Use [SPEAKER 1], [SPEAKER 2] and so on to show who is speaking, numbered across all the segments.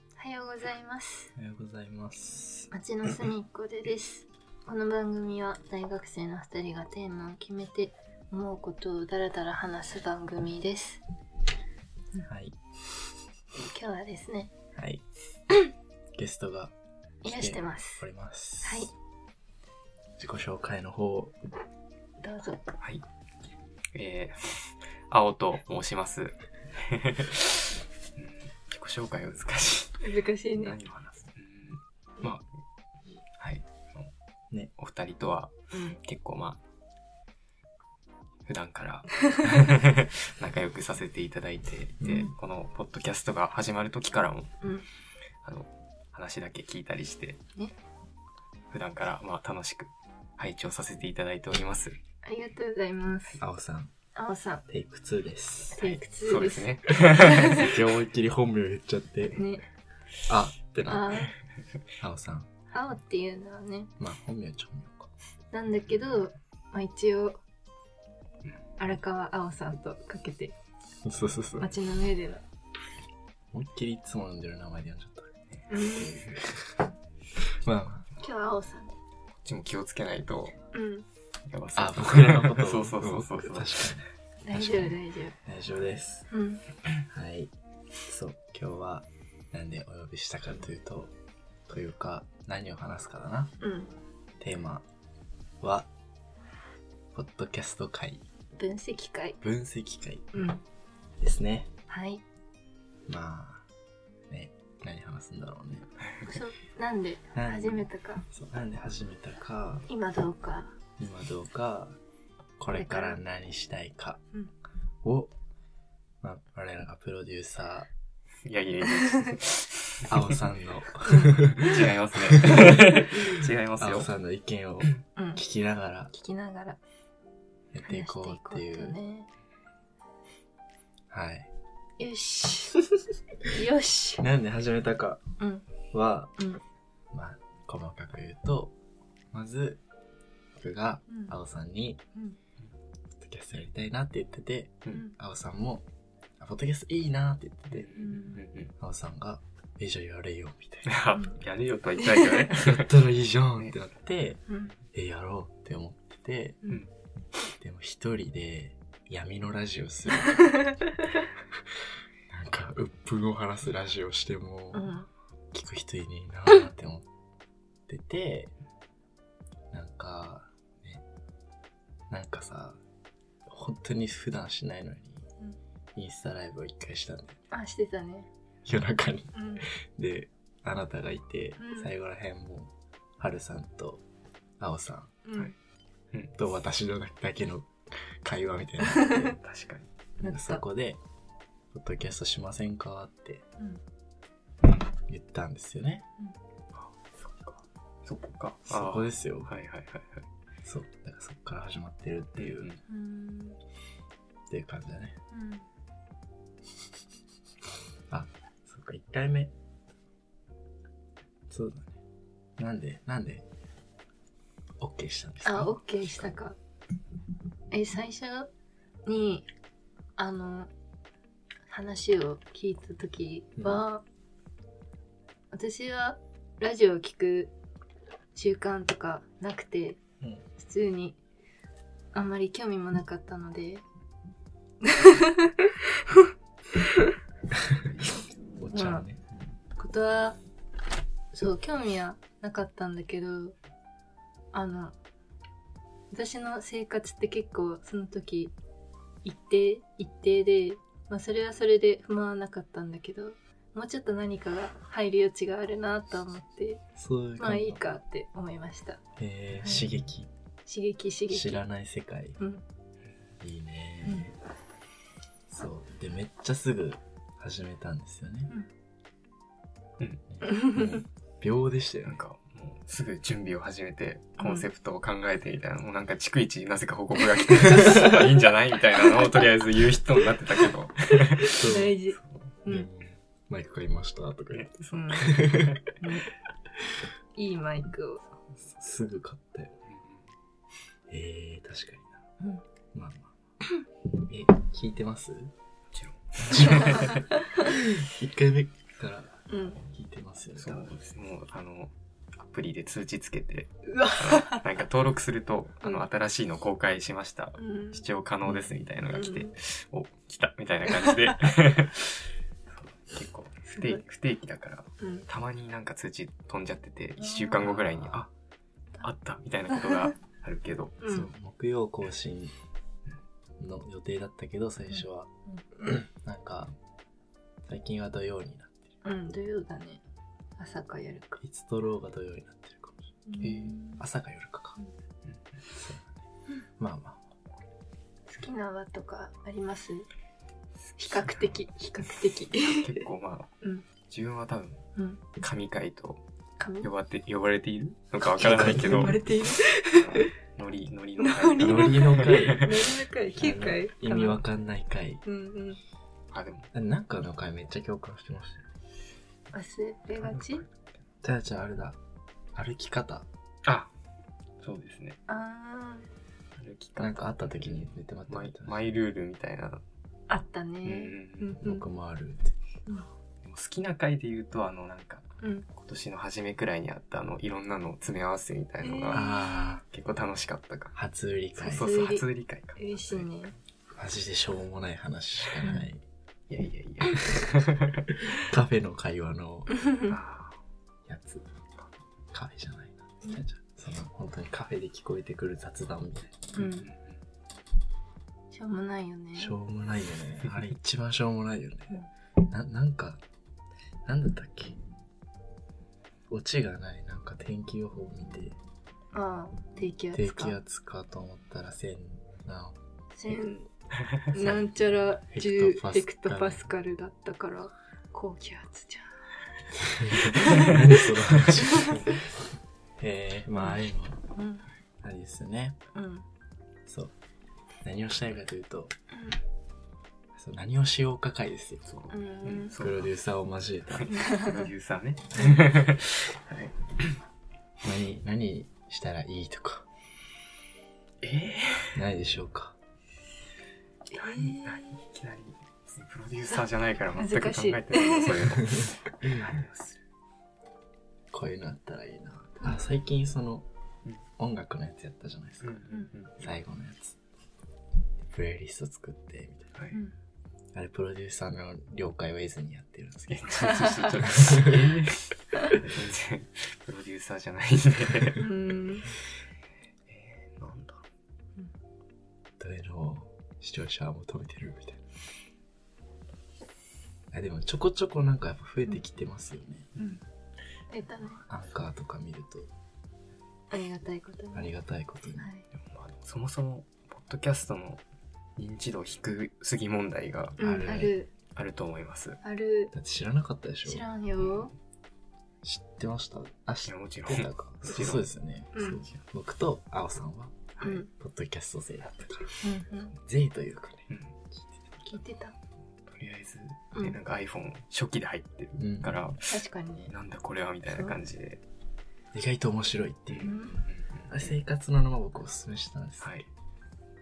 [SPEAKER 1] ざいます
[SPEAKER 2] おはようございます。
[SPEAKER 1] 町の隅っこでですこの番組は大学生の2人がテーマを決めて思うことをだらだら話す番組です
[SPEAKER 2] はい。
[SPEAKER 1] 今日はですね
[SPEAKER 2] はい。ゲストが
[SPEAKER 1] いらしてます
[SPEAKER 2] おります。
[SPEAKER 1] はい。
[SPEAKER 2] 自己紹介の方、
[SPEAKER 1] どうぞ
[SPEAKER 3] はい。えー、青と申します。うん自己紹介が難し
[SPEAKER 1] 難しい
[SPEAKER 3] い。何を話すうんまあ、はい。
[SPEAKER 2] ね、
[SPEAKER 3] お二人とは
[SPEAKER 1] うん
[SPEAKER 3] 結構まあ、普段から 仲良くさせていただいていて、
[SPEAKER 2] うん
[SPEAKER 3] このポッドキャストが始まる時からも、
[SPEAKER 1] うん
[SPEAKER 3] あの、話だけ聞いたりして、
[SPEAKER 1] ね
[SPEAKER 3] 普段からまあ楽しく拝聴させていただいております。
[SPEAKER 1] ありがとうございます
[SPEAKER 2] 青さん、
[SPEAKER 1] あおさん
[SPEAKER 2] テイク2です。
[SPEAKER 1] テイク2
[SPEAKER 3] そ
[SPEAKER 1] で
[SPEAKER 3] うですすね。
[SPEAKER 2] 今日思いっきり本名言っちゃって、
[SPEAKER 1] ね
[SPEAKER 2] あってな。
[SPEAKER 1] あ
[SPEAKER 2] 青さん、
[SPEAKER 1] 青っていうのはね
[SPEAKER 2] まあ本名ちょんようか。
[SPEAKER 1] なんだけど、まあ、一応荒川青さんとかけて
[SPEAKER 2] そうそうそう。
[SPEAKER 1] 街の上では
[SPEAKER 2] 思いっきりいつも飲んでる名前で呼んじゃったからね。
[SPEAKER 1] うん
[SPEAKER 2] まあま
[SPEAKER 1] 今日は青さんで
[SPEAKER 3] こっちも気をつけないと、
[SPEAKER 1] うん
[SPEAKER 3] やば
[SPEAKER 2] あ、あ、僕らのこと を。
[SPEAKER 3] そうそうそうそう。
[SPEAKER 2] ん確か
[SPEAKER 1] 大丈夫大丈
[SPEAKER 2] に。大丈夫です。
[SPEAKER 1] 夫うん
[SPEAKER 2] はい。そう、今日はなんでお呼びしたかというと、というか、何を話すかだな。
[SPEAKER 1] うん
[SPEAKER 2] テーマは、ポッドキャスト会、
[SPEAKER 1] 分析会
[SPEAKER 2] 分析会
[SPEAKER 1] うん
[SPEAKER 2] ですね。
[SPEAKER 1] はい
[SPEAKER 2] まあ、ね、何話すんだろうね。
[SPEAKER 1] そうなんで
[SPEAKER 2] なん
[SPEAKER 1] 始めたか
[SPEAKER 2] そうなんで始めたか、
[SPEAKER 1] 今どうか
[SPEAKER 2] 今どうか、これから何したいか
[SPEAKER 1] うん
[SPEAKER 2] を、まあ、我らがプロデューサ
[SPEAKER 3] いやいやいや、
[SPEAKER 2] ー、青さんの、
[SPEAKER 3] 違います ね。違います
[SPEAKER 2] 青
[SPEAKER 3] よ。
[SPEAKER 2] さんの意見を
[SPEAKER 1] うん
[SPEAKER 2] 聞きながら
[SPEAKER 1] 聞きながら
[SPEAKER 2] やっ
[SPEAKER 1] 話し
[SPEAKER 2] てい
[SPEAKER 1] ていこ
[SPEAKER 2] こ
[SPEAKER 1] う
[SPEAKER 2] うっていう。
[SPEAKER 1] ね
[SPEAKER 2] はい。
[SPEAKER 1] よしよし
[SPEAKER 2] なんで始めたか
[SPEAKER 1] うん
[SPEAKER 2] は、
[SPEAKER 1] うん
[SPEAKER 2] まあ、細かく言うと、まず、僕が、
[SPEAKER 1] うん
[SPEAKER 2] 青さんに、
[SPEAKER 1] うん
[SPEAKER 2] ポッドキャストやりたいなって言ってて、
[SPEAKER 3] うん
[SPEAKER 2] 青さんも、あポッドキャストいいなって言ってて、
[SPEAKER 1] うん
[SPEAKER 2] 青さんが、え、じゃあやれよ、みたい
[SPEAKER 3] あやれよとは言いたい けどね。
[SPEAKER 2] な。やったらいいじゃんってなって、
[SPEAKER 1] うん
[SPEAKER 2] え、やろうって思ってて、
[SPEAKER 1] うん
[SPEAKER 2] でも一人で闇のラジオ する。なんか、鬱憤を晴らすラジオしても、
[SPEAKER 1] うん
[SPEAKER 2] 聞く人いねえなーって思ってて、なんか、ね、なんかさ、本当に普段しないのに、インスタライブを一回したんだよ。
[SPEAKER 1] あしてたね
[SPEAKER 2] 夜中に。
[SPEAKER 1] うん
[SPEAKER 2] で、あなたがいて、
[SPEAKER 1] うん
[SPEAKER 2] 最後らへんも、はるさんと、あおさん
[SPEAKER 1] うん
[SPEAKER 2] と私のだけの会話みたいになって
[SPEAKER 3] 確かに。
[SPEAKER 1] なっ
[SPEAKER 2] なん
[SPEAKER 1] た
[SPEAKER 2] かそこで、ポッドキャストしませんかって
[SPEAKER 1] うん
[SPEAKER 2] 言ったんですよね。
[SPEAKER 3] そっか。そっか。
[SPEAKER 2] そこですよ。
[SPEAKER 3] はいはいはいはい。
[SPEAKER 2] そう。だからそこから始まってるっていう、っ
[SPEAKER 1] うん
[SPEAKER 2] ていう感じだね。
[SPEAKER 1] うん
[SPEAKER 2] そっか、1回目。そうだね。なんで、なんで、OK したんですか
[SPEAKER 1] あ、オッケーしたか。え、最初に、あの、話を聞いたときは、私はラジオを聞く習慣とかなくて、
[SPEAKER 2] うん
[SPEAKER 1] 普通にあんまり興味もなかったので、
[SPEAKER 2] お茶をね。
[SPEAKER 1] ことは、そう、興味はなかったんだけど、あの、私の生活って結構その時、一定、一定で、まあそれはそれで不満はなかったんだけど、もうちょっと何かが入る余地があるなと思って、
[SPEAKER 2] そういう
[SPEAKER 1] ま
[SPEAKER 2] 感
[SPEAKER 1] あ
[SPEAKER 2] じ。
[SPEAKER 1] いいかって思いました。
[SPEAKER 2] え
[SPEAKER 1] はい
[SPEAKER 2] ー、刺激。
[SPEAKER 1] 刺激刺激。
[SPEAKER 2] 知らない世界。
[SPEAKER 1] うん。
[SPEAKER 2] いいね、そう。で、めっちゃすぐ始めたんですよね。
[SPEAKER 3] うん。
[SPEAKER 2] もう秒でしたよ
[SPEAKER 3] な
[SPEAKER 2] ね
[SPEAKER 3] ん。か、もうすぐ準備を始めて、コンセプトを考えてみたいな、もうなんか逐一なぜか報告が来て、いい んじゃないみたいなのをとりあえず言う人になってたけど。
[SPEAKER 2] そう
[SPEAKER 1] 大事。う
[SPEAKER 2] でも
[SPEAKER 1] ん。
[SPEAKER 2] マイク買いましたとか言って
[SPEAKER 1] うん ねいいマイクを。
[SPEAKER 2] すぐ買ったよ。えー、確かにな。まあまあ。え、聞いてます
[SPEAKER 3] ちろん。
[SPEAKER 2] 一回目から
[SPEAKER 1] うん。
[SPEAKER 2] 聞いてますよね。
[SPEAKER 3] そうです。もう、あの、アプリで通知つけて、
[SPEAKER 1] うわ。
[SPEAKER 3] なんか登録すると、あ
[SPEAKER 1] うん
[SPEAKER 3] の、新しいの公開しました。
[SPEAKER 1] うん。
[SPEAKER 3] 視聴可能ですみたいなのが来て
[SPEAKER 1] うん、
[SPEAKER 3] お、来たみたいな感じ で。結構、不定期、不定期だから、
[SPEAKER 1] うん。
[SPEAKER 3] たまになんか通知飛んじゃってて、1週間後ぐらいに、あ、あったみたいなことがある けど、
[SPEAKER 1] う。
[SPEAKER 2] そうん木曜更新の予定だったけど最初は、 なんか最近は土曜になってる
[SPEAKER 1] うん。土曜だね。朝か夜か。
[SPEAKER 2] いつ撮ろうが土曜になってるかもし
[SPEAKER 1] うん
[SPEAKER 3] へえ
[SPEAKER 2] れない朝か夜かか、
[SPEAKER 1] うん
[SPEAKER 2] うんそうだねまあまあ
[SPEAKER 1] 好きな輪とかあります比較的、比較的。
[SPEAKER 3] 結構まあ、
[SPEAKER 1] うん
[SPEAKER 3] 自分は多分、
[SPEAKER 1] うん。
[SPEAKER 3] 神回と
[SPEAKER 1] 髪
[SPEAKER 3] 呼ばれて、呼ばれているのかわからないけど、
[SPEAKER 1] バレている。
[SPEAKER 3] ノリ、ノリの
[SPEAKER 1] ノ
[SPEAKER 3] 回
[SPEAKER 1] リ
[SPEAKER 3] か
[SPEAKER 1] の
[SPEAKER 3] な。
[SPEAKER 2] ノリの
[SPEAKER 1] 何
[SPEAKER 2] 回
[SPEAKER 1] 回 ?9 回
[SPEAKER 2] 意味わかんない回
[SPEAKER 1] うんうん。
[SPEAKER 3] あ、でも、
[SPEAKER 2] なんかの回めっちゃ共感してましたよ
[SPEAKER 1] 忘れがち
[SPEAKER 2] じゃあじゃああれだ歩き方
[SPEAKER 3] あ、そうですね。
[SPEAKER 1] あ
[SPEAKER 3] 歩き
[SPEAKER 2] なん
[SPEAKER 3] 方。
[SPEAKER 2] かあった時に言ってもら
[SPEAKER 3] マ
[SPEAKER 2] っ
[SPEAKER 3] イ
[SPEAKER 2] た
[SPEAKER 3] マイルールみたいな。
[SPEAKER 1] あ、あった
[SPEAKER 3] うんう
[SPEAKER 1] ね。うん
[SPEAKER 3] うん
[SPEAKER 1] んうん。
[SPEAKER 2] 僕もあるって
[SPEAKER 3] でも好きな回で言うと、あの、なんか、
[SPEAKER 1] うん。
[SPEAKER 3] 今年の初めくらいにあった、あの、いろんなのを詰め合わせみたいの
[SPEAKER 1] うん
[SPEAKER 3] が、
[SPEAKER 2] ああ
[SPEAKER 3] 結構楽しかったか。
[SPEAKER 2] 初売り会
[SPEAKER 3] そうそう、
[SPEAKER 1] 初
[SPEAKER 3] 初売り会か。
[SPEAKER 1] 嬉しいね。
[SPEAKER 2] マジでしょうもない話しかない
[SPEAKER 3] いやいやい
[SPEAKER 2] カフェの会話の
[SPEAKER 3] や。あ
[SPEAKER 2] やつカフェじゃないなその本当にカフェで聞こえてくる雑談みたい
[SPEAKER 1] うん
[SPEAKER 3] ー
[SPEAKER 1] ん。しょうもないよね
[SPEAKER 2] な。しょうもないよねあれ一番しょうもないよねななんかなんだったっけオチがないなんか天気予報を見て
[SPEAKER 1] ああ、低気
[SPEAKER 2] 低
[SPEAKER 1] 圧
[SPEAKER 2] 気
[SPEAKER 1] か。
[SPEAKER 2] 圧かと思ったら千な
[SPEAKER 1] 千 なんちゃら10ヘクトパスカルだったから、高気圧じゃ
[SPEAKER 2] 何その話えー、まあああいうの
[SPEAKER 1] ん。うん。
[SPEAKER 2] あれですよね
[SPEAKER 1] うん。
[SPEAKER 2] そう何をしたいかというとそう何をしようか会ですよ
[SPEAKER 3] そう。
[SPEAKER 1] う
[SPEAKER 3] うんん、。
[SPEAKER 2] プ
[SPEAKER 3] そう
[SPEAKER 2] ロデューサーを交えた
[SPEAKER 3] プロデューサーね。はい
[SPEAKER 2] 何何したらいいとか
[SPEAKER 3] え
[SPEAKER 2] ないでしょうか
[SPEAKER 3] ー、何何いきなり、プロデューサーじゃないから全く考
[SPEAKER 1] 難しい
[SPEAKER 3] えてないよそういうの。何をする
[SPEAKER 2] こういうのあったらいいなあ最近その
[SPEAKER 3] うん
[SPEAKER 2] 音楽のやつやったじゃないです
[SPEAKER 3] うん
[SPEAKER 2] か、
[SPEAKER 3] うんうん
[SPEAKER 2] 最後のやつプレイリスト作ってみたい
[SPEAKER 3] はい
[SPEAKER 1] うん。
[SPEAKER 2] なあれプロデューサーの了解を得ずにやってるんです
[SPEAKER 3] え
[SPEAKER 2] け
[SPEAKER 3] ち
[SPEAKER 2] ど
[SPEAKER 3] ょちょちょちょ全然プロデューサーじゃないんで。
[SPEAKER 1] うん。
[SPEAKER 3] えー、なんだろ
[SPEAKER 2] 誰の視聴者は求めてるみたいなあでもちょこちょこなんかやっぱ増えてきてますよね、
[SPEAKER 1] うん。えたね。
[SPEAKER 2] アンカーとか見ると
[SPEAKER 1] ありがたいことに。
[SPEAKER 2] あ
[SPEAKER 1] はい。
[SPEAKER 2] りがたいことに、
[SPEAKER 3] う、まあ、そもそも、ポッドキャストの認知度低すぎ問題が
[SPEAKER 1] う
[SPEAKER 2] あ
[SPEAKER 1] ん。
[SPEAKER 2] る
[SPEAKER 1] ある。
[SPEAKER 3] あると思います。
[SPEAKER 1] ある。
[SPEAKER 2] だって知らなかったでしょ
[SPEAKER 1] 知らんよ。
[SPEAKER 2] 知ってましたあ
[SPEAKER 3] い
[SPEAKER 2] 知っ
[SPEAKER 3] や、もちろん。
[SPEAKER 2] てたかそうそうですよね、
[SPEAKER 1] うん
[SPEAKER 2] そう僕とあおさんは
[SPEAKER 1] うん。うん
[SPEAKER 2] ポッドキャスト勢だったから
[SPEAKER 1] うん。
[SPEAKER 2] 勢というかね
[SPEAKER 3] うん
[SPEAKER 1] 聞いてた。
[SPEAKER 3] とりあえず、
[SPEAKER 1] うん
[SPEAKER 3] ねなんか iPhone 初期で入ってるから、
[SPEAKER 1] 確かにね。。
[SPEAKER 3] なんだこれはみたいな感じで。
[SPEAKER 2] 意外と面白いっていううんあれ生活の沼僕おすすめしたんです、
[SPEAKER 3] はい。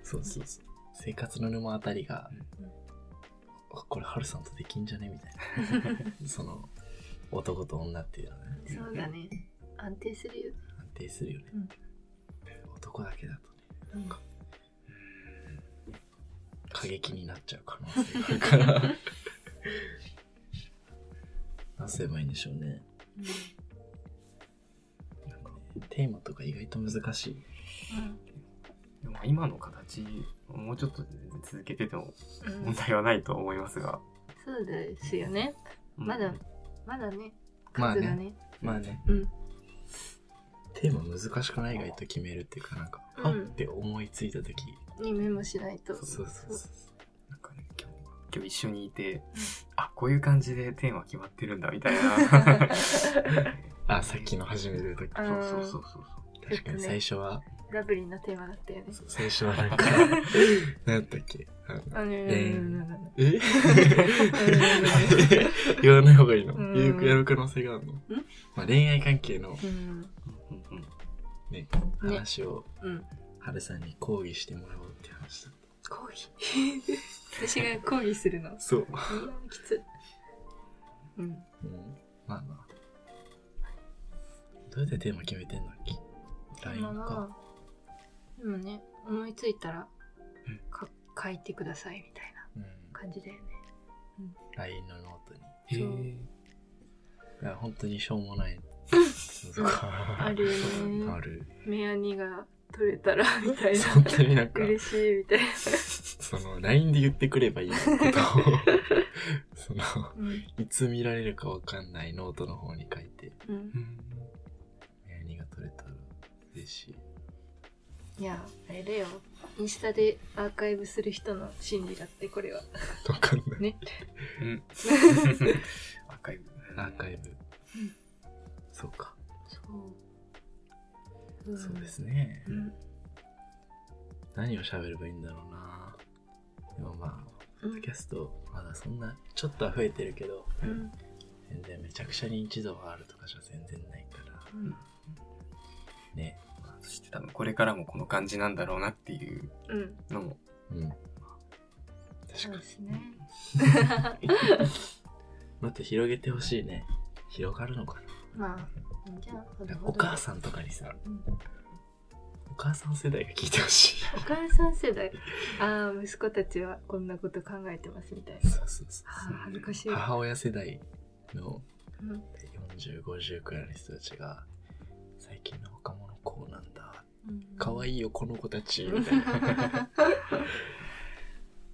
[SPEAKER 2] そうそうそう生活の沼あたりが、
[SPEAKER 1] うん
[SPEAKER 2] あこれハルさんとできんじゃねみたい なその男と女っていうのはね
[SPEAKER 1] そうだね。安定するよ。
[SPEAKER 2] 安定するよね、
[SPEAKER 1] うん
[SPEAKER 2] 男だけだとね
[SPEAKER 1] うん。
[SPEAKER 2] 過激になっちゃう可能性があるから 何すればいいんでしょうねなんかねテーマとか意外と難しい
[SPEAKER 3] でも今の形、もうちょっと全然続けてても
[SPEAKER 1] うん。うん
[SPEAKER 3] 問。題はないと思いますが。
[SPEAKER 1] そうですよね。
[SPEAKER 3] うん
[SPEAKER 1] まだ、まだね。
[SPEAKER 2] まあ
[SPEAKER 1] 数
[SPEAKER 2] ね
[SPEAKER 1] がね。
[SPEAKER 2] まあね
[SPEAKER 1] うん。
[SPEAKER 2] テーマ難しくない意外と決めるっていうかなんか、
[SPEAKER 1] うん
[SPEAKER 2] あって思いついた時
[SPEAKER 1] にメモしないと。
[SPEAKER 2] そうそうそう
[SPEAKER 3] なんかね、今日、今日一緒にいて
[SPEAKER 1] ん、
[SPEAKER 3] あ、こういう感じでテーマ決まってるんだ、みたいな。
[SPEAKER 2] あさっきの始める時
[SPEAKER 1] あ
[SPEAKER 3] そう
[SPEAKER 1] ー
[SPEAKER 3] そうそうそう
[SPEAKER 2] 確かに最初は
[SPEAKER 1] ラブリーなテーマだったよね。
[SPEAKER 2] 最初は なんか何だったっけあの
[SPEAKER 1] あの
[SPEAKER 2] え言わない方がいいの
[SPEAKER 1] うん
[SPEAKER 2] 言うやる可能性があるの、まあ、恋愛関係の、
[SPEAKER 1] うん。
[SPEAKER 3] そう。うんうん
[SPEAKER 2] ね、話を
[SPEAKER 1] うん。
[SPEAKER 2] 春さんに抗議してもらおうって話だっ
[SPEAKER 1] 抗議。私が抗議するの
[SPEAKER 2] た。そう、
[SPEAKER 1] うんきつ。うん。
[SPEAKER 2] うん、まあまあ。どうやってテーマ決めてんだっけ ?LINE
[SPEAKER 1] まあ
[SPEAKER 2] か。
[SPEAKER 1] まあでもね思いついたら
[SPEAKER 3] うん
[SPEAKER 1] か書いてくださいみたいな
[SPEAKER 2] うん。
[SPEAKER 1] 感じだよね
[SPEAKER 2] LINE のノートに。
[SPEAKER 3] へ
[SPEAKER 1] そう
[SPEAKER 3] え。
[SPEAKER 2] いや、本当にしょうもない。
[SPEAKER 1] あ
[SPEAKER 2] あ
[SPEAKER 1] るよね
[SPEAKER 2] ある。
[SPEAKER 1] 目やにが取れ たらみたいな
[SPEAKER 2] 本当になんか、
[SPEAKER 1] 嬉しいみたいな、
[SPEAKER 2] その、LINE で言ってくればいいことを、その、
[SPEAKER 1] うん
[SPEAKER 2] いつ見られるかわかんないノートの方に書いて、
[SPEAKER 1] うん
[SPEAKER 3] う、ん
[SPEAKER 2] 何が取れたら嬉しい。
[SPEAKER 1] いやあれだよインスタでアーカイブする人の心理だってこれは
[SPEAKER 2] わかんない。
[SPEAKER 1] ね
[SPEAKER 3] うん。アーカイブ。
[SPEAKER 2] アーカイブ。そうか。
[SPEAKER 1] そう、ん
[SPEAKER 2] そうですね
[SPEAKER 1] う。ん
[SPEAKER 2] 何を喋ればいいんだろうな。でもまあ、
[SPEAKER 1] う
[SPEAKER 2] ポッ
[SPEAKER 1] ん
[SPEAKER 2] ドキャスト、まだそんな、ちょっとは増えてるけど、
[SPEAKER 1] うん
[SPEAKER 2] 全然めちゃくちゃ認知度があるとかじゃ全然ないから、
[SPEAKER 1] うん
[SPEAKER 2] ね。
[SPEAKER 3] まあそして多分これからもこの感じなんだろうなっていう
[SPEAKER 1] うん
[SPEAKER 3] のも。
[SPEAKER 2] うん。
[SPEAKER 1] そうですね
[SPEAKER 2] もっと広げてほしいね。広がるのか
[SPEAKER 1] まあいいんじゃんほど
[SPEAKER 2] な。
[SPEAKER 1] ほど
[SPEAKER 2] お母さんとかにさ、
[SPEAKER 1] うん
[SPEAKER 2] お母さん世代が聞いてほ しい。
[SPEAKER 1] お母さん世代ああ息子たちはこんなこと考えてますみたいな
[SPEAKER 2] そうそうそ。、
[SPEAKER 1] あー恥ずかしいう
[SPEAKER 2] 母親世代の
[SPEAKER 1] うん、
[SPEAKER 2] 40、50くらいの人たちが、最近の若者こうなんだ。
[SPEAKER 1] うん
[SPEAKER 2] 可愛いよ、この子たち。みたいな。っ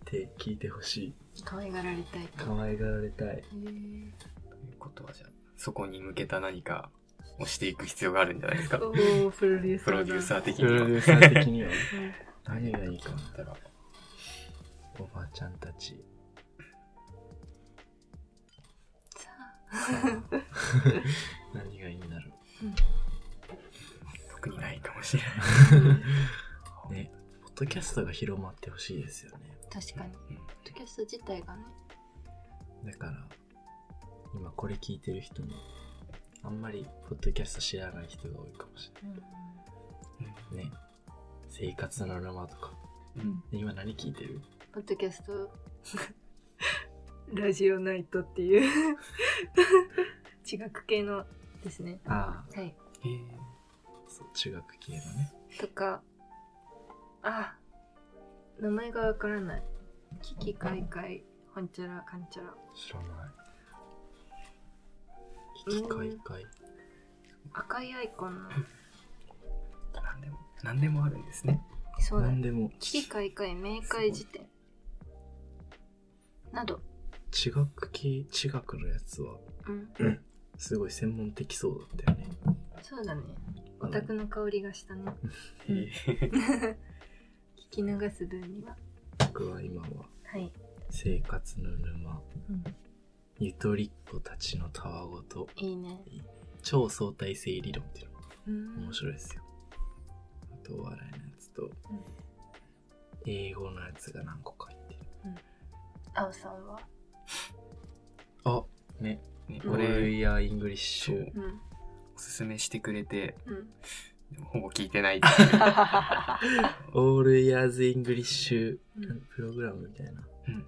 [SPEAKER 2] て聞いてほしい。
[SPEAKER 1] 可愛がられたいと。へ
[SPEAKER 2] 可愛がられたい。
[SPEAKER 1] ー
[SPEAKER 3] ということはじゃあ、そこに向けた何かをしていく必要があるんじゃないですか。
[SPEAKER 1] おープロデューサーだ。
[SPEAKER 3] プロデューサー的
[SPEAKER 2] プロ
[SPEAKER 3] に
[SPEAKER 2] デュー
[SPEAKER 3] は。
[SPEAKER 2] サー的には、
[SPEAKER 1] うん
[SPEAKER 2] 何がいいか
[SPEAKER 3] だ。ったら
[SPEAKER 2] おばあちゃんたち。
[SPEAKER 1] さあ
[SPEAKER 2] 何がいいんだろ
[SPEAKER 3] 特にないかもしれない。
[SPEAKER 2] う。ね。ポッドキャストが広まってほしいですよね。
[SPEAKER 1] 確かに。ポ
[SPEAKER 3] うん
[SPEAKER 1] ッドキャスト自体がね。
[SPEAKER 2] だから、今これ聞いてる人も、あんまりポッドキャスト知らない人が多いかもしれないね。生活の沼とか。
[SPEAKER 1] うん
[SPEAKER 2] で今何聞いてる
[SPEAKER 1] ポッドキャスト、 ラジオナイトっていう、 地学系のですね。
[SPEAKER 2] あ
[SPEAKER 1] はい。
[SPEAKER 3] へえ
[SPEAKER 2] あ、そう、中学系のね。
[SPEAKER 1] とか、あ、名前がわからない。キキカイカイ、ほんちゃらかんちゃら。
[SPEAKER 2] 知らない。聞き会会。
[SPEAKER 1] 赤いアイコンの、
[SPEAKER 3] 何でも、何でもあるんですね。
[SPEAKER 1] そうだね
[SPEAKER 2] 何でも、
[SPEAKER 1] 危機開会明快辞典など、
[SPEAKER 2] 地学系、地学のやつは、
[SPEAKER 1] うん、
[SPEAKER 2] すごい専門的そうだったよね。
[SPEAKER 1] そうだね
[SPEAKER 2] あ
[SPEAKER 1] オ
[SPEAKER 2] の
[SPEAKER 1] タクの香りがした ね
[SPEAKER 3] へえ
[SPEAKER 1] 聞き流す分には
[SPEAKER 2] 僕は今は、
[SPEAKER 1] はい、
[SPEAKER 2] 生活の沼、
[SPEAKER 1] うん、
[SPEAKER 2] ゆとりっ子たちのたわごと、
[SPEAKER 1] いいね
[SPEAKER 2] 超相対性理論っていうの
[SPEAKER 1] うん
[SPEAKER 2] 面白いですよ。あとお笑いのやつと、
[SPEAKER 1] ん
[SPEAKER 2] 英語のやつが何個か入ってる。
[SPEAKER 1] 青さんは
[SPEAKER 2] あね、
[SPEAKER 3] ね
[SPEAKER 1] うん
[SPEAKER 3] こ
[SPEAKER 2] これ
[SPEAKER 3] れ、
[SPEAKER 2] イヤーイングリッシ
[SPEAKER 3] そう
[SPEAKER 2] ュ。
[SPEAKER 1] うん
[SPEAKER 3] おすすめしてくれて、
[SPEAKER 1] うん
[SPEAKER 3] でもほぼ聞いてないっていう。
[SPEAKER 2] オールイヤーズイングリッシ
[SPEAKER 1] う
[SPEAKER 2] ュ
[SPEAKER 1] ん
[SPEAKER 2] プログラムみたいな。
[SPEAKER 3] うんうん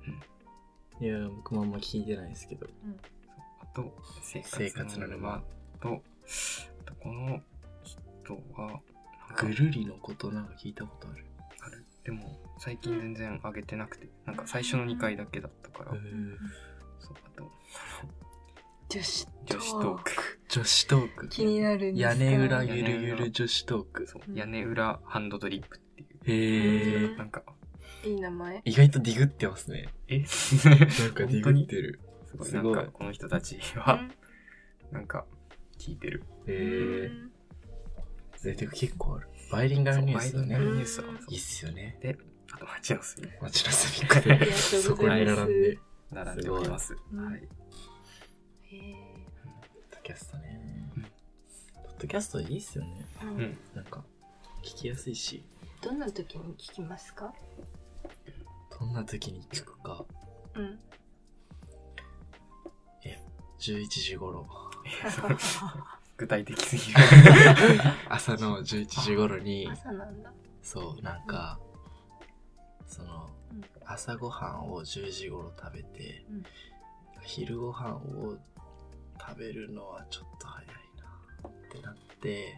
[SPEAKER 2] いや、僕もあんま聞いてないですけど。
[SPEAKER 3] あと、生
[SPEAKER 2] 生
[SPEAKER 3] 活
[SPEAKER 2] 活
[SPEAKER 3] の
[SPEAKER 2] の
[SPEAKER 3] 沼
[SPEAKER 2] 沼
[SPEAKER 3] と、あとこの人は、
[SPEAKER 2] ぐるりのことなんか聞いたことある。
[SPEAKER 3] ある。でも、最近全然上げてなくて、なんか最初の2回だけだったから、
[SPEAKER 2] うん
[SPEAKER 3] そう、あと、
[SPEAKER 1] 女子
[SPEAKER 3] 女子トーク。
[SPEAKER 2] 女子トーク。
[SPEAKER 1] 気になるんです
[SPEAKER 2] 屋
[SPEAKER 1] か
[SPEAKER 2] 根裏ゆるゆる女子トーク。
[SPEAKER 3] そう
[SPEAKER 1] う、ん
[SPEAKER 3] 屋根裏ハンドドリップってい
[SPEAKER 2] へえ。
[SPEAKER 3] う。
[SPEAKER 1] うん
[SPEAKER 3] なんか、
[SPEAKER 1] いい名前
[SPEAKER 2] 意外とディグってますね。
[SPEAKER 3] え す
[SPEAKER 2] なんかディ
[SPEAKER 3] 本当
[SPEAKER 2] グっ
[SPEAKER 3] に
[SPEAKER 2] てる。
[SPEAKER 3] ごい、
[SPEAKER 2] す
[SPEAKER 3] な
[SPEAKER 2] ご
[SPEAKER 3] ん
[SPEAKER 2] い
[SPEAKER 3] かこの人たち
[SPEAKER 1] う
[SPEAKER 3] は、
[SPEAKER 1] ん
[SPEAKER 3] なんか、聞いてる。
[SPEAKER 2] へえ。出て結構ある。バイリンガルニュースだね
[SPEAKER 3] そうバイリ
[SPEAKER 1] う
[SPEAKER 3] ンガ。ル
[SPEAKER 1] ん
[SPEAKER 3] ニュースは、そう
[SPEAKER 2] いいっすよね。
[SPEAKER 3] で、あと街の隅
[SPEAKER 2] 街の隅っ
[SPEAKER 1] あ
[SPEAKER 2] こ
[SPEAKER 1] りがとうござい
[SPEAKER 2] で。
[SPEAKER 1] ます
[SPEAKER 2] そこに並んで。
[SPEAKER 3] 並んでおります。
[SPEAKER 1] ごい
[SPEAKER 3] は
[SPEAKER 1] う
[SPEAKER 3] い。
[SPEAKER 1] へえ
[SPEAKER 2] ポッドキャストね
[SPEAKER 3] うん。
[SPEAKER 2] ポッドキャストいいっすよね。
[SPEAKER 1] うん
[SPEAKER 3] うん。
[SPEAKER 2] なんか、聞きやすいし。
[SPEAKER 1] どんな時に聞きますか
[SPEAKER 2] どんな時に聞くか。
[SPEAKER 1] うん
[SPEAKER 2] 11時頃。
[SPEAKER 3] 具体的すぎ
[SPEAKER 2] 朝の11時頃 に、
[SPEAKER 1] 朝なんだ
[SPEAKER 2] そう、なんか、その
[SPEAKER 1] うん、
[SPEAKER 2] 朝ごはんを10時頃食べて
[SPEAKER 1] うん、
[SPEAKER 2] 昼ごはんを食べるのはちょっと早いなってなって、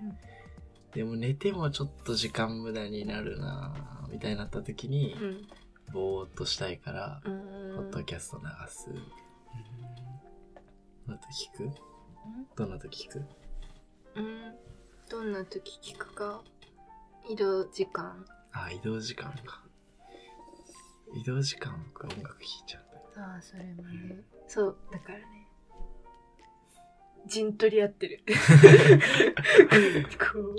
[SPEAKER 2] でも寝てもちょっと時間無駄になるなみたいになった時に、
[SPEAKER 1] うん。
[SPEAKER 2] ぼーっとしたいから、
[SPEAKER 1] うん。
[SPEAKER 2] ポッドキャスト流す。どんな時聞くどんな時聞く
[SPEAKER 1] うん。どんな時聞くか。移動時間。
[SPEAKER 2] あ、移動時間か。移動時間僕は音楽聴いちゃうんだ
[SPEAKER 1] ああ、それもね。そう、だからね。陣取り合って る。こう。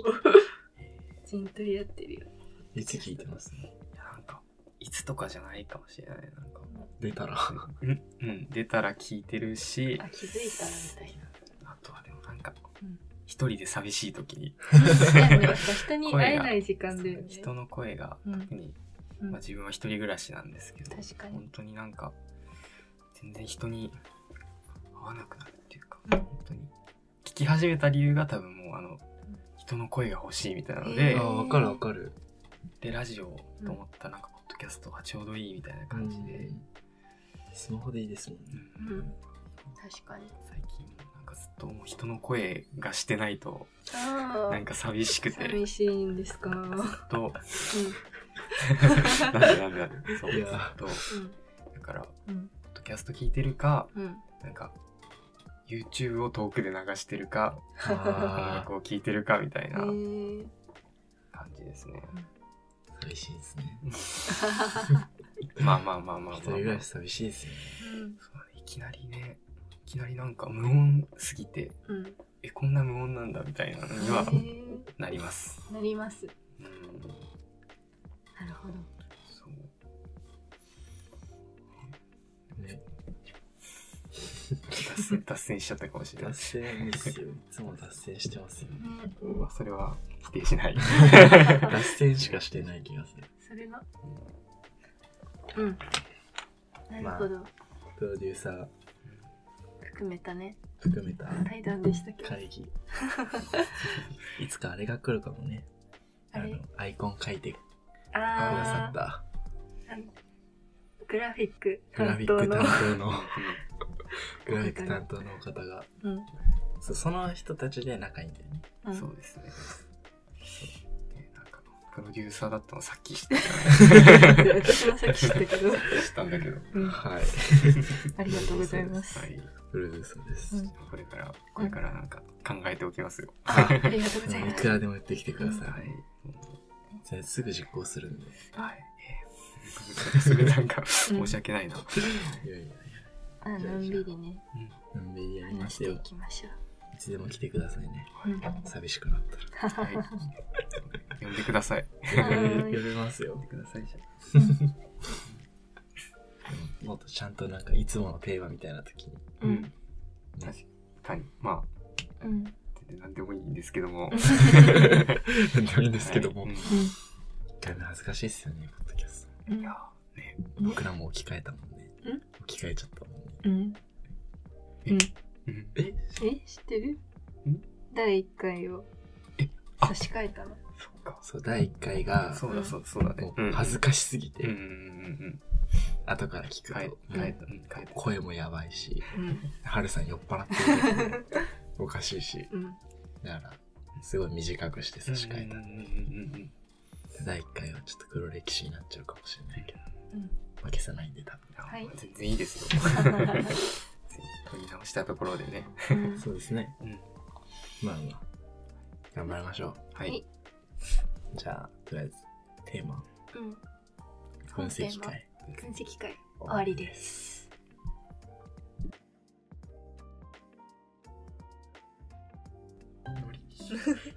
[SPEAKER 1] 陣取り合ってるよ。
[SPEAKER 2] いつ聞いてます
[SPEAKER 3] なんか、いつとかじゃないかもしれない。なんか、
[SPEAKER 2] 出たら。
[SPEAKER 3] うん、うん、出たら聞いてるし、
[SPEAKER 1] あ、気づいたらみたいな。
[SPEAKER 3] あとはでもなんか
[SPEAKER 1] うん、
[SPEAKER 3] 一人で寂しい時に、
[SPEAKER 1] ねやっぱ人に会えない時間だよね。
[SPEAKER 3] 人の声が、
[SPEAKER 1] うん
[SPEAKER 3] 特に、
[SPEAKER 1] うん
[SPEAKER 3] まあ自分は一人暮らしなんですけど、
[SPEAKER 1] 確かに。
[SPEAKER 3] 本当になんか、全然人に合わなくなるっていうか、
[SPEAKER 1] うん
[SPEAKER 3] 本当に、聞き始めた理由が多分もうあの、人の声が欲しいみたいなので、
[SPEAKER 1] え
[SPEAKER 2] あ、
[SPEAKER 1] ー
[SPEAKER 2] わかるわかる。
[SPEAKER 3] で、ラジオと思ったらなんか、ポッドキャストがちょうどいいみたいな感じで、
[SPEAKER 2] スマホでいいですもんね。
[SPEAKER 1] う
[SPEAKER 3] うん
[SPEAKER 1] ん。確かに。
[SPEAKER 3] 最近なんかずっともう人の声がしてないと
[SPEAKER 1] あ
[SPEAKER 3] なん
[SPEAKER 1] あ。
[SPEAKER 3] か寂しくてずっ
[SPEAKER 1] 寂しいんですか。うん。
[SPEAKER 3] となんでなんでなんでそう
[SPEAKER 2] い
[SPEAKER 3] ずっ
[SPEAKER 2] や
[SPEAKER 3] とだからポ
[SPEAKER 1] うん。
[SPEAKER 3] ッドキャスト聞いてるか
[SPEAKER 1] うん。
[SPEAKER 3] なんか YouTube を遠くで流してるか音
[SPEAKER 2] あ
[SPEAKER 3] 楽を聴いてるかみたい
[SPEAKER 1] え
[SPEAKER 3] な
[SPEAKER 1] ー。
[SPEAKER 3] 感じですね、
[SPEAKER 2] あ、寂しいですね。
[SPEAKER 3] まあまあまあまあま
[SPEAKER 2] 一
[SPEAKER 3] あ、
[SPEAKER 2] 人暮らし寂しいですよね。
[SPEAKER 1] うん。
[SPEAKER 3] そうねいきなりねいきなりなんか無音すぎて
[SPEAKER 1] うん。
[SPEAKER 3] えこんな無音なんだみたいなのには
[SPEAKER 1] えー
[SPEAKER 3] なります、
[SPEAKER 1] なります。
[SPEAKER 3] うん
[SPEAKER 1] なるほど。
[SPEAKER 3] そう
[SPEAKER 2] ね、
[SPEAKER 3] 脱線脱線しちゃったかもしれない
[SPEAKER 2] 達成ですよ。いつも達成してますよ。
[SPEAKER 1] ね。
[SPEAKER 3] まあ、それは否定しな い。
[SPEAKER 2] 脱線しかしてない気がする。
[SPEAKER 1] それが。うん。なるほど。
[SPEAKER 2] プロデューサー
[SPEAKER 1] 含めたね。
[SPEAKER 2] 含めた
[SPEAKER 1] 対談でしたけど。
[SPEAKER 2] 会議。いつかあれが来るかもね。あ
[SPEAKER 1] あれ
[SPEAKER 2] の、アイコン書いてくださ
[SPEAKER 1] あ
[SPEAKER 2] っ
[SPEAKER 1] あ。
[SPEAKER 2] た。
[SPEAKER 1] グラフィック
[SPEAKER 2] グラフ
[SPEAKER 1] 担当
[SPEAKER 2] ィック
[SPEAKER 1] の
[SPEAKER 2] 担。当の、グラフィック担当の方が、
[SPEAKER 1] うん。
[SPEAKER 2] そうその人たちで仲いいんだよね。
[SPEAKER 1] うん
[SPEAKER 3] そうですね。ねなんか、プロデューサーだったのさっき知った。
[SPEAKER 1] 私もさっき知ったけど。
[SPEAKER 3] 知ったんだけど。
[SPEAKER 1] うん
[SPEAKER 2] はい。
[SPEAKER 1] ありがとうございます。
[SPEAKER 3] はい。
[SPEAKER 2] プロデューサーです。
[SPEAKER 1] うん
[SPEAKER 3] これから、これからなんか考えておきますよ。
[SPEAKER 1] あありがとうござい
[SPEAKER 2] い
[SPEAKER 1] ます
[SPEAKER 2] く。らでも言ってきてください。
[SPEAKER 3] はい。
[SPEAKER 2] それすぐ実行するんで。
[SPEAKER 3] はい。えーそれなんか、
[SPEAKER 1] うん
[SPEAKER 3] 申し訳ないな。
[SPEAKER 2] いやいやいや。
[SPEAKER 1] あのんびりね、
[SPEAKER 2] のんびりやりま
[SPEAKER 1] 話し
[SPEAKER 2] す
[SPEAKER 1] て
[SPEAKER 2] よ。
[SPEAKER 1] い
[SPEAKER 2] い
[SPEAKER 1] きましょ
[SPEAKER 2] つでも来てくださいね。
[SPEAKER 1] う。うん、
[SPEAKER 2] 寂しくなった
[SPEAKER 3] はい。呼んでください。
[SPEAKER 2] ら。
[SPEAKER 1] はい
[SPEAKER 2] 呼べますよ。
[SPEAKER 3] くださいじゃ
[SPEAKER 2] もっとちゃんとなんかいつものテーマみたいな時に。
[SPEAKER 1] う
[SPEAKER 3] うんん。確かに。まあ、
[SPEAKER 1] うん。
[SPEAKER 3] 全然何でもいいんですけど
[SPEAKER 2] な
[SPEAKER 3] も。
[SPEAKER 2] んでもいいんですけども。
[SPEAKER 3] はい
[SPEAKER 2] 一
[SPEAKER 3] うん
[SPEAKER 2] 回目恥ずかしいっすよね、ポッドキャス
[SPEAKER 1] う
[SPEAKER 3] い
[SPEAKER 1] ん
[SPEAKER 3] やーね。
[SPEAKER 2] ト。僕らも置き換えたもんね。置き換えちゃったもんね。
[SPEAKER 1] うん。うん。
[SPEAKER 3] うん
[SPEAKER 2] え
[SPEAKER 1] え、知ってる
[SPEAKER 3] ん
[SPEAKER 1] 第1回を
[SPEAKER 3] えあ
[SPEAKER 1] 差し替えたの。
[SPEAKER 3] そっか。
[SPEAKER 2] そう、第1回が、
[SPEAKER 3] そうだそうだそうだね
[SPEAKER 2] も。う恥ずかしすぎ
[SPEAKER 3] うんう
[SPEAKER 2] て、
[SPEAKER 3] んうんうん。
[SPEAKER 2] 後から聞く
[SPEAKER 3] 変え
[SPEAKER 2] と、
[SPEAKER 3] 変え
[SPEAKER 2] も
[SPEAKER 3] た。うん変え
[SPEAKER 2] う
[SPEAKER 3] た。
[SPEAKER 2] 声もやばいし、
[SPEAKER 1] うん。
[SPEAKER 2] はるさん酔っ払ってる時もおかしいし、
[SPEAKER 1] うん。
[SPEAKER 2] だから、すごい短くして差し替えた。
[SPEAKER 3] うんうんうん
[SPEAKER 2] 第1回はちょっと黒歴史になっちゃうかもしれないけど、
[SPEAKER 1] うん
[SPEAKER 2] まあ消さないんで多
[SPEAKER 1] は
[SPEAKER 3] はいい、全然いいですよ。取り直したところでね。
[SPEAKER 1] うん
[SPEAKER 2] 分。そうですね。
[SPEAKER 3] うん
[SPEAKER 2] まあまあ、頑張りましょ
[SPEAKER 3] は
[SPEAKER 1] はい
[SPEAKER 3] い。
[SPEAKER 2] う。じゃあ、とりあえず、テーマ、
[SPEAKER 1] うん
[SPEAKER 2] 分析
[SPEAKER 1] 本テ
[SPEAKER 2] 会。
[SPEAKER 1] ーマ分析会終わりです。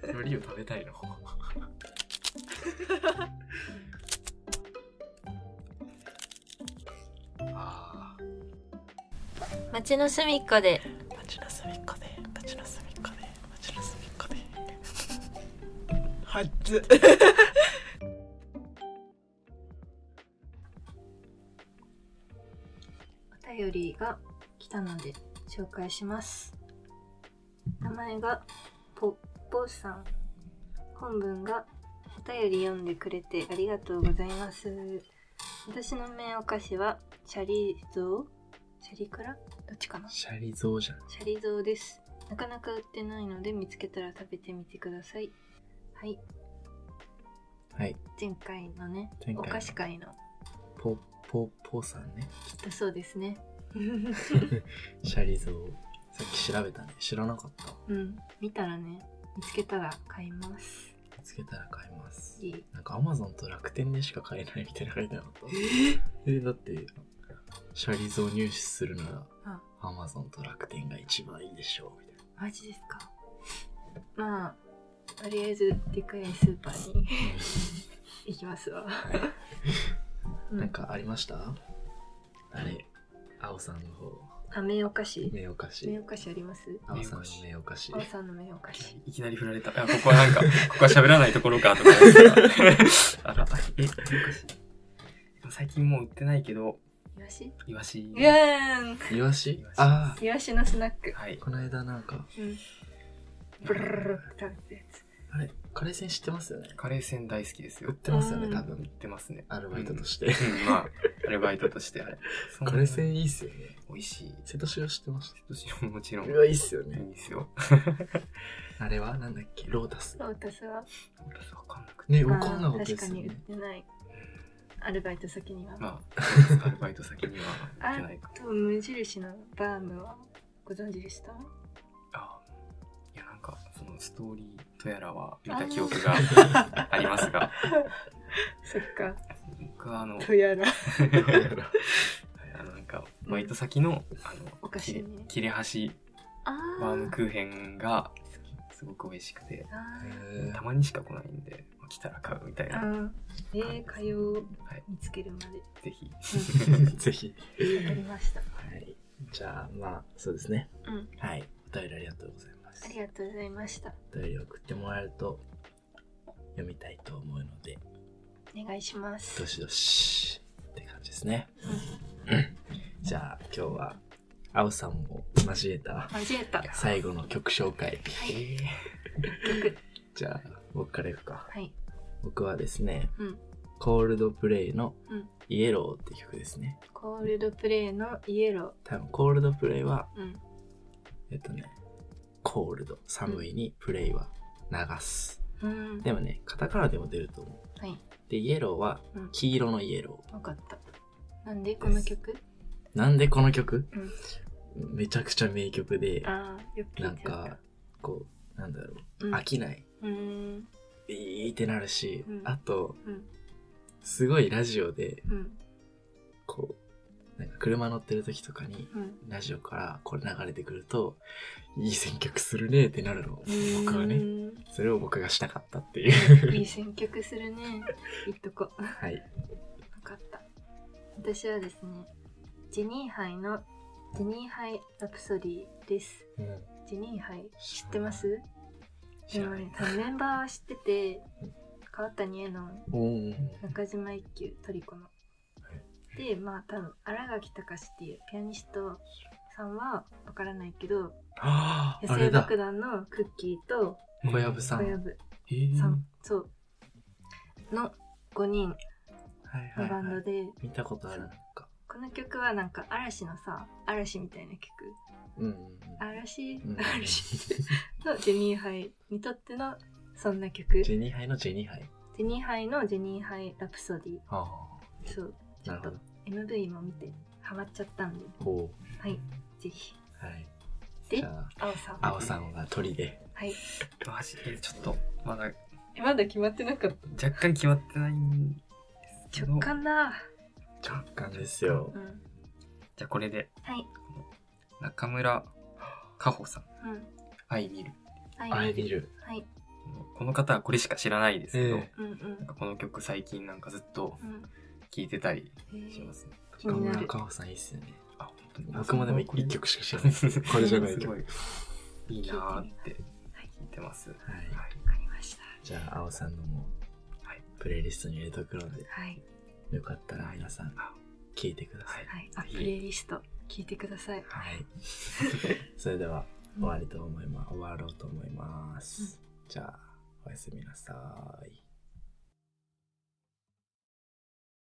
[SPEAKER 3] 海苔を食べたいの。あ
[SPEAKER 4] 街の隅っこで
[SPEAKER 5] 街の隅っこで街の隅っこで街の隅っこではっず
[SPEAKER 1] お便りが来たので紹介します名前がポッポさん本文がお便り読んでくれてありがとうございます私の名お菓子はチャリゾーシャリクラどっちかな
[SPEAKER 2] シャリゾウじゃん。
[SPEAKER 1] シャリゾウです。なかなか売ってないので見つけたら食べてみてください。はい、
[SPEAKER 2] はい。
[SPEAKER 1] 前回のね、
[SPEAKER 2] 前回の
[SPEAKER 1] お菓子会の
[SPEAKER 2] ポ、ポ、ポさんね。
[SPEAKER 1] きっとそうですね。
[SPEAKER 2] シャリゾウ。さっき調べたね。知らなかった。
[SPEAKER 1] うん、見たらね、見つけたら買います。
[SPEAKER 2] 見つけたら買います。
[SPEAKER 1] いい
[SPEAKER 2] なんかアマゾンと楽天でしか買えないみたいな書いてなかった。えだって、シャリゾウ入手するなら、アマゾンと楽天が一番いいでしょう、みたい
[SPEAKER 1] マジですかまあ、とりあえずでかいスーパーに行きますわ。う
[SPEAKER 2] な。なん、かありましたあれ、青さんの方、
[SPEAKER 1] あ、名お菓子
[SPEAKER 2] 名お菓子
[SPEAKER 1] 名。お菓子あります
[SPEAKER 2] 青さんの名お菓子。
[SPEAKER 1] 青さんの名お菓子。
[SPEAKER 3] いきなり振られた。あここはなんか、ここは喋らないところかとか思ってた。あら、え、おかしい。最近もう売ってないけど、
[SPEAKER 1] イワシ
[SPEAKER 3] イワシ。
[SPEAKER 1] イエーン
[SPEAKER 2] イワシ
[SPEAKER 3] イワシ
[SPEAKER 2] あ
[SPEAKER 1] イワシのスナック。
[SPEAKER 3] はい
[SPEAKER 2] あ、。この間なんか、
[SPEAKER 1] うん。ブルルルルって食べたやつ。
[SPEAKER 2] あれ、カレー戦知ってますよね
[SPEAKER 3] カレー船大好きです
[SPEAKER 2] 売っ
[SPEAKER 3] よ。
[SPEAKER 2] てますよ
[SPEAKER 1] う
[SPEAKER 2] ね、
[SPEAKER 1] ん
[SPEAKER 2] 多
[SPEAKER 3] 売っ
[SPEAKER 2] 分。
[SPEAKER 3] てますね。
[SPEAKER 2] アルバイトとして。
[SPEAKER 3] うん、まあ、アルバイトとして。はい
[SPEAKER 2] カレー船いいっすよね。
[SPEAKER 3] 美味しい。
[SPEAKER 2] 瀬戸潮知ってまし
[SPEAKER 3] どちらももちろ
[SPEAKER 2] た
[SPEAKER 3] ん。
[SPEAKER 2] う
[SPEAKER 3] い
[SPEAKER 2] わ、いいっすよ
[SPEAKER 3] い
[SPEAKER 2] ね。
[SPEAKER 3] んですよ。
[SPEAKER 2] あれはなんだっけロータス。
[SPEAKER 1] ロータスは、
[SPEAKER 3] 私わかんなくて。
[SPEAKER 2] ね、
[SPEAKER 1] ま
[SPEAKER 2] わかんな
[SPEAKER 1] あ
[SPEAKER 2] かっ
[SPEAKER 1] 確
[SPEAKER 2] たで
[SPEAKER 1] か
[SPEAKER 2] すよ
[SPEAKER 1] に売っ
[SPEAKER 2] ね。
[SPEAKER 1] てない。アルバイト先には。
[SPEAKER 3] まあ、そ うですアルバイト先には行って
[SPEAKER 1] あ
[SPEAKER 3] ないか。
[SPEAKER 1] と、無印のバームはご存知でした
[SPEAKER 3] あいや、なんか、そのストーリーとやらは見た記憶 がありますが、
[SPEAKER 1] そっか、
[SPEAKER 3] 僕はあの、
[SPEAKER 1] と やら。
[SPEAKER 3] あのなんか、バイト先の、あ
[SPEAKER 1] お
[SPEAKER 3] の、
[SPEAKER 1] 菓子
[SPEAKER 3] 切れ
[SPEAKER 1] ね
[SPEAKER 3] 切れ端
[SPEAKER 1] あ
[SPEAKER 3] バームクーヘンがすごく美味しくて、
[SPEAKER 1] あー
[SPEAKER 2] へ
[SPEAKER 3] たまにしか来ないんで、まあ来たら買うみたいな、
[SPEAKER 1] あー。えー、火曜を
[SPEAKER 3] はい
[SPEAKER 1] 見つけ るまで。
[SPEAKER 3] ぜひ。
[SPEAKER 2] ー ぜひ。
[SPEAKER 1] わかりました。
[SPEAKER 2] はい。じゃあ、まあ、そうですね。
[SPEAKER 1] うん。
[SPEAKER 2] はい。お便りありがとうございます
[SPEAKER 1] あ。りがとうございました。
[SPEAKER 2] お便りを送ってもらえると、読みたいと思うので、
[SPEAKER 1] お願いします
[SPEAKER 2] ど。しどしって感じですね。じゃあ、今日は、青さんも交えた
[SPEAKER 1] 交えた。
[SPEAKER 2] 最後の曲紹介。
[SPEAKER 3] え
[SPEAKER 1] 曲。
[SPEAKER 2] じゃあ、僕からいくか。
[SPEAKER 1] はい。
[SPEAKER 2] 僕はですね、
[SPEAKER 1] うん
[SPEAKER 2] コールドプレイの
[SPEAKER 1] うん
[SPEAKER 2] イエローって曲ですね。
[SPEAKER 1] コールドプレイのイエロ
[SPEAKER 2] 多分コールドプレイは、
[SPEAKER 1] ー。うん。
[SPEAKER 2] えっとね、コールド、寒いにプレイは流す。
[SPEAKER 1] うん。
[SPEAKER 2] でもね、カタカナでも出ると思う。
[SPEAKER 1] はい。
[SPEAKER 2] で、イエローは
[SPEAKER 1] うん
[SPEAKER 2] 黄色のイエロー。
[SPEAKER 1] わかった。なんでこの曲
[SPEAKER 2] なんでこの曲、めちゃくちゃ名曲で、
[SPEAKER 1] ああ、よく
[SPEAKER 2] な
[SPEAKER 1] 聞い
[SPEAKER 2] ん
[SPEAKER 1] てた。
[SPEAKER 2] か、こう、なんだろう、
[SPEAKER 1] うん
[SPEAKER 2] 飽きない。
[SPEAKER 1] うん。
[SPEAKER 2] いいってなるし、
[SPEAKER 1] うん
[SPEAKER 2] あと、
[SPEAKER 1] うん
[SPEAKER 2] すごいラジオで、
[SPEAKER 1] うん。
[SPEAKER 2] こう、なんか車乗ってる時とかに、
[SPEAKER 1] うん。
[SPEAKER 2] ラジオからこれ流れてくると、いい選曲するねってなるの。僕はね。
[SPEAKER 1] ね。
[SPEAKER 2] それを僕がしたかったっていう。
[SPEAKER 1] いい選曲す るね。いっとこ。わ
[SPEAKER 2] はい。
[SPEAKER 1] かった。私はですね、ジェニーハイのジェニーハイラプソディです。ジェニーハイ知ってます
[SPEAKER 2] 知
[SPEAKER 1] で
[SPEAKER 2] ら
[SPEAKER 1] も
[SPEAKER 2] ない
[SPEAKER 1] ね、多分メンバーは知ってて
[SPEAKER 2] うん、
[SPEAKER 1] 川谷絵の
[SPEAKER 2] おー
[SPEAKER 1] 中島一休トリコの。でまあ多分新垣隆っていうピアニストさんはわからないけど
[SPEAKER 2] あー
[SPEAKER 1] 野生
[SPEAKER 2] あれだ。
[SPEAKER 1] 爆弾のクッキーと
[SPEAKER 2] 小籔さ
[SPEAKER 1] 小
[SPEAKER 2] ん。
[SPEAKER 1] 籔
[SPEAKER 2] えー
[SPEAKER 1] さ
[SPEAKER 2] は
[SPEAKER 1] んそうの5人
[SPEAKER 2] いは
[SPEAKER 1] の
[SPEAKER 2] い
[SPEAKER 1] バン
[SPEAKER 2] は
[SPEAKER 1] ド
[SPEAKER 2] い。
[SPEAKER 1] で、
[SPEAKER 2] 見たことあるなんか。
[SPEAKER 1] この曲はなんか嵐のさ嵐みたいな曲
[SPEAKER 2] うんうん
[SPEAKER 1] 嵐、
[SPEAKER 2] うん。うん
[SPEAKER 1] 嵐のジェニーハイにとってのそんな曲
[SPEAKER 2] ジ
[SPEAKER 1] ジ
[SPEAKER 2] ェニーハイのジェニーハイ。
[SPEAKER 1] ェニーハイのジェニーハイラプソディ
[SPEAKER 2] あ
[SPEAKER 1] そう
[SPEAKER 2] あ、
[SPEAKER 1] ちょ
[SPEAKER 2] な
[SPEAKER 1] っと
[SPEAKER 2] る
[SPEAKER 1] MV も見てハマっちゃったんで
[SPEAKER 2] ほど。ほ
[SPEAKER 1] はいぜひ
[SPEAKER 2] う。はい。
[SPEAKER 1] で
[SPEAKER 2] じゃあ、
[SPEAKER 1] 青さん
[SPEAKER 2] 青さんが鳥で。
[SPEAKER 1] はい
[SPEAKER 3] マジで、ちょっと、まだ
[SPEAKER 1] えまだ決まってなかった
[SPEAKER 3] 若干決まってないんですけど、
[SPEAKER 1] 直
[SPEAKER 3] じゃ
[SPEAKER 1] 感だ
[SPEAKER 2] 直感ですよ
[SPEAKER 1] う。ん
[SPEAKER 3] あこれで、
[SPEAKER 1] はい
[SPEAKER 3] 中村かほさん、
[SPEAKER 1] うん
[SPEAKER 3] 愛見る。
[SPEAKER 1] は
[SPEAKER 2] アイ
[SPEAKER 1] い
[SPEAKER 2] ビル。
[SPEAKER 1] はい
[SPEAKER 3] この方はこれしか知らないですけど、
[SPEAKER 2] え
[SPEAKER 1] うんう
[SPEAKER 3] なん
[SPEAKER 1] ん
[SPEAKER 3] かこの曲最近なんかずっと
[SPEAKER 1] うん
[SPEAKER 3] 聴いてたり
[SPEAKER 1] えー
[SPEAKER 3] しますね。
[SPEAKER 1] 気
[SPEAKER 2] 岡
[SPEAKER 1] にな
[SPEAKER 2] 村
[SPEAKER 1] る
[SPEAKER 2] かほさんいいっすよね。
[SPEAKER 3] あ、本当に。
[SPEAKER 2] 僕もでも
[SPEAKER 3] これ
[SPEAKER 2] 一曲しか知らない。これじゃない
[SPEAKER 3] す
[SPEAKER 2] 曲。
[SPEAKER 3] ご
[SPEAKER 2] はい
[SPEAKER 3] い。いいなーって聞いてます。はい。
[SPEAKER 2] い。
[SPEAKER 1] わかりました
[SPEAKER 2] じゃあ、青さんのも、
[SPEAKER 3] はい
[SPEAKER 2] プレイリストに入れとくので、
[SPEAKER 1] はい
[SPEAKER 2] よかったら皆さん、聞いてください。
[SPEAKER 1] はいあ
[SPEAKER 3] はい
[SPEAKER 1] プレイリスト聞いてください
[SPEAKER 2] はい。 それでは、終わりと思いま、終わろうと思います。じゃあ、おやすみなさい。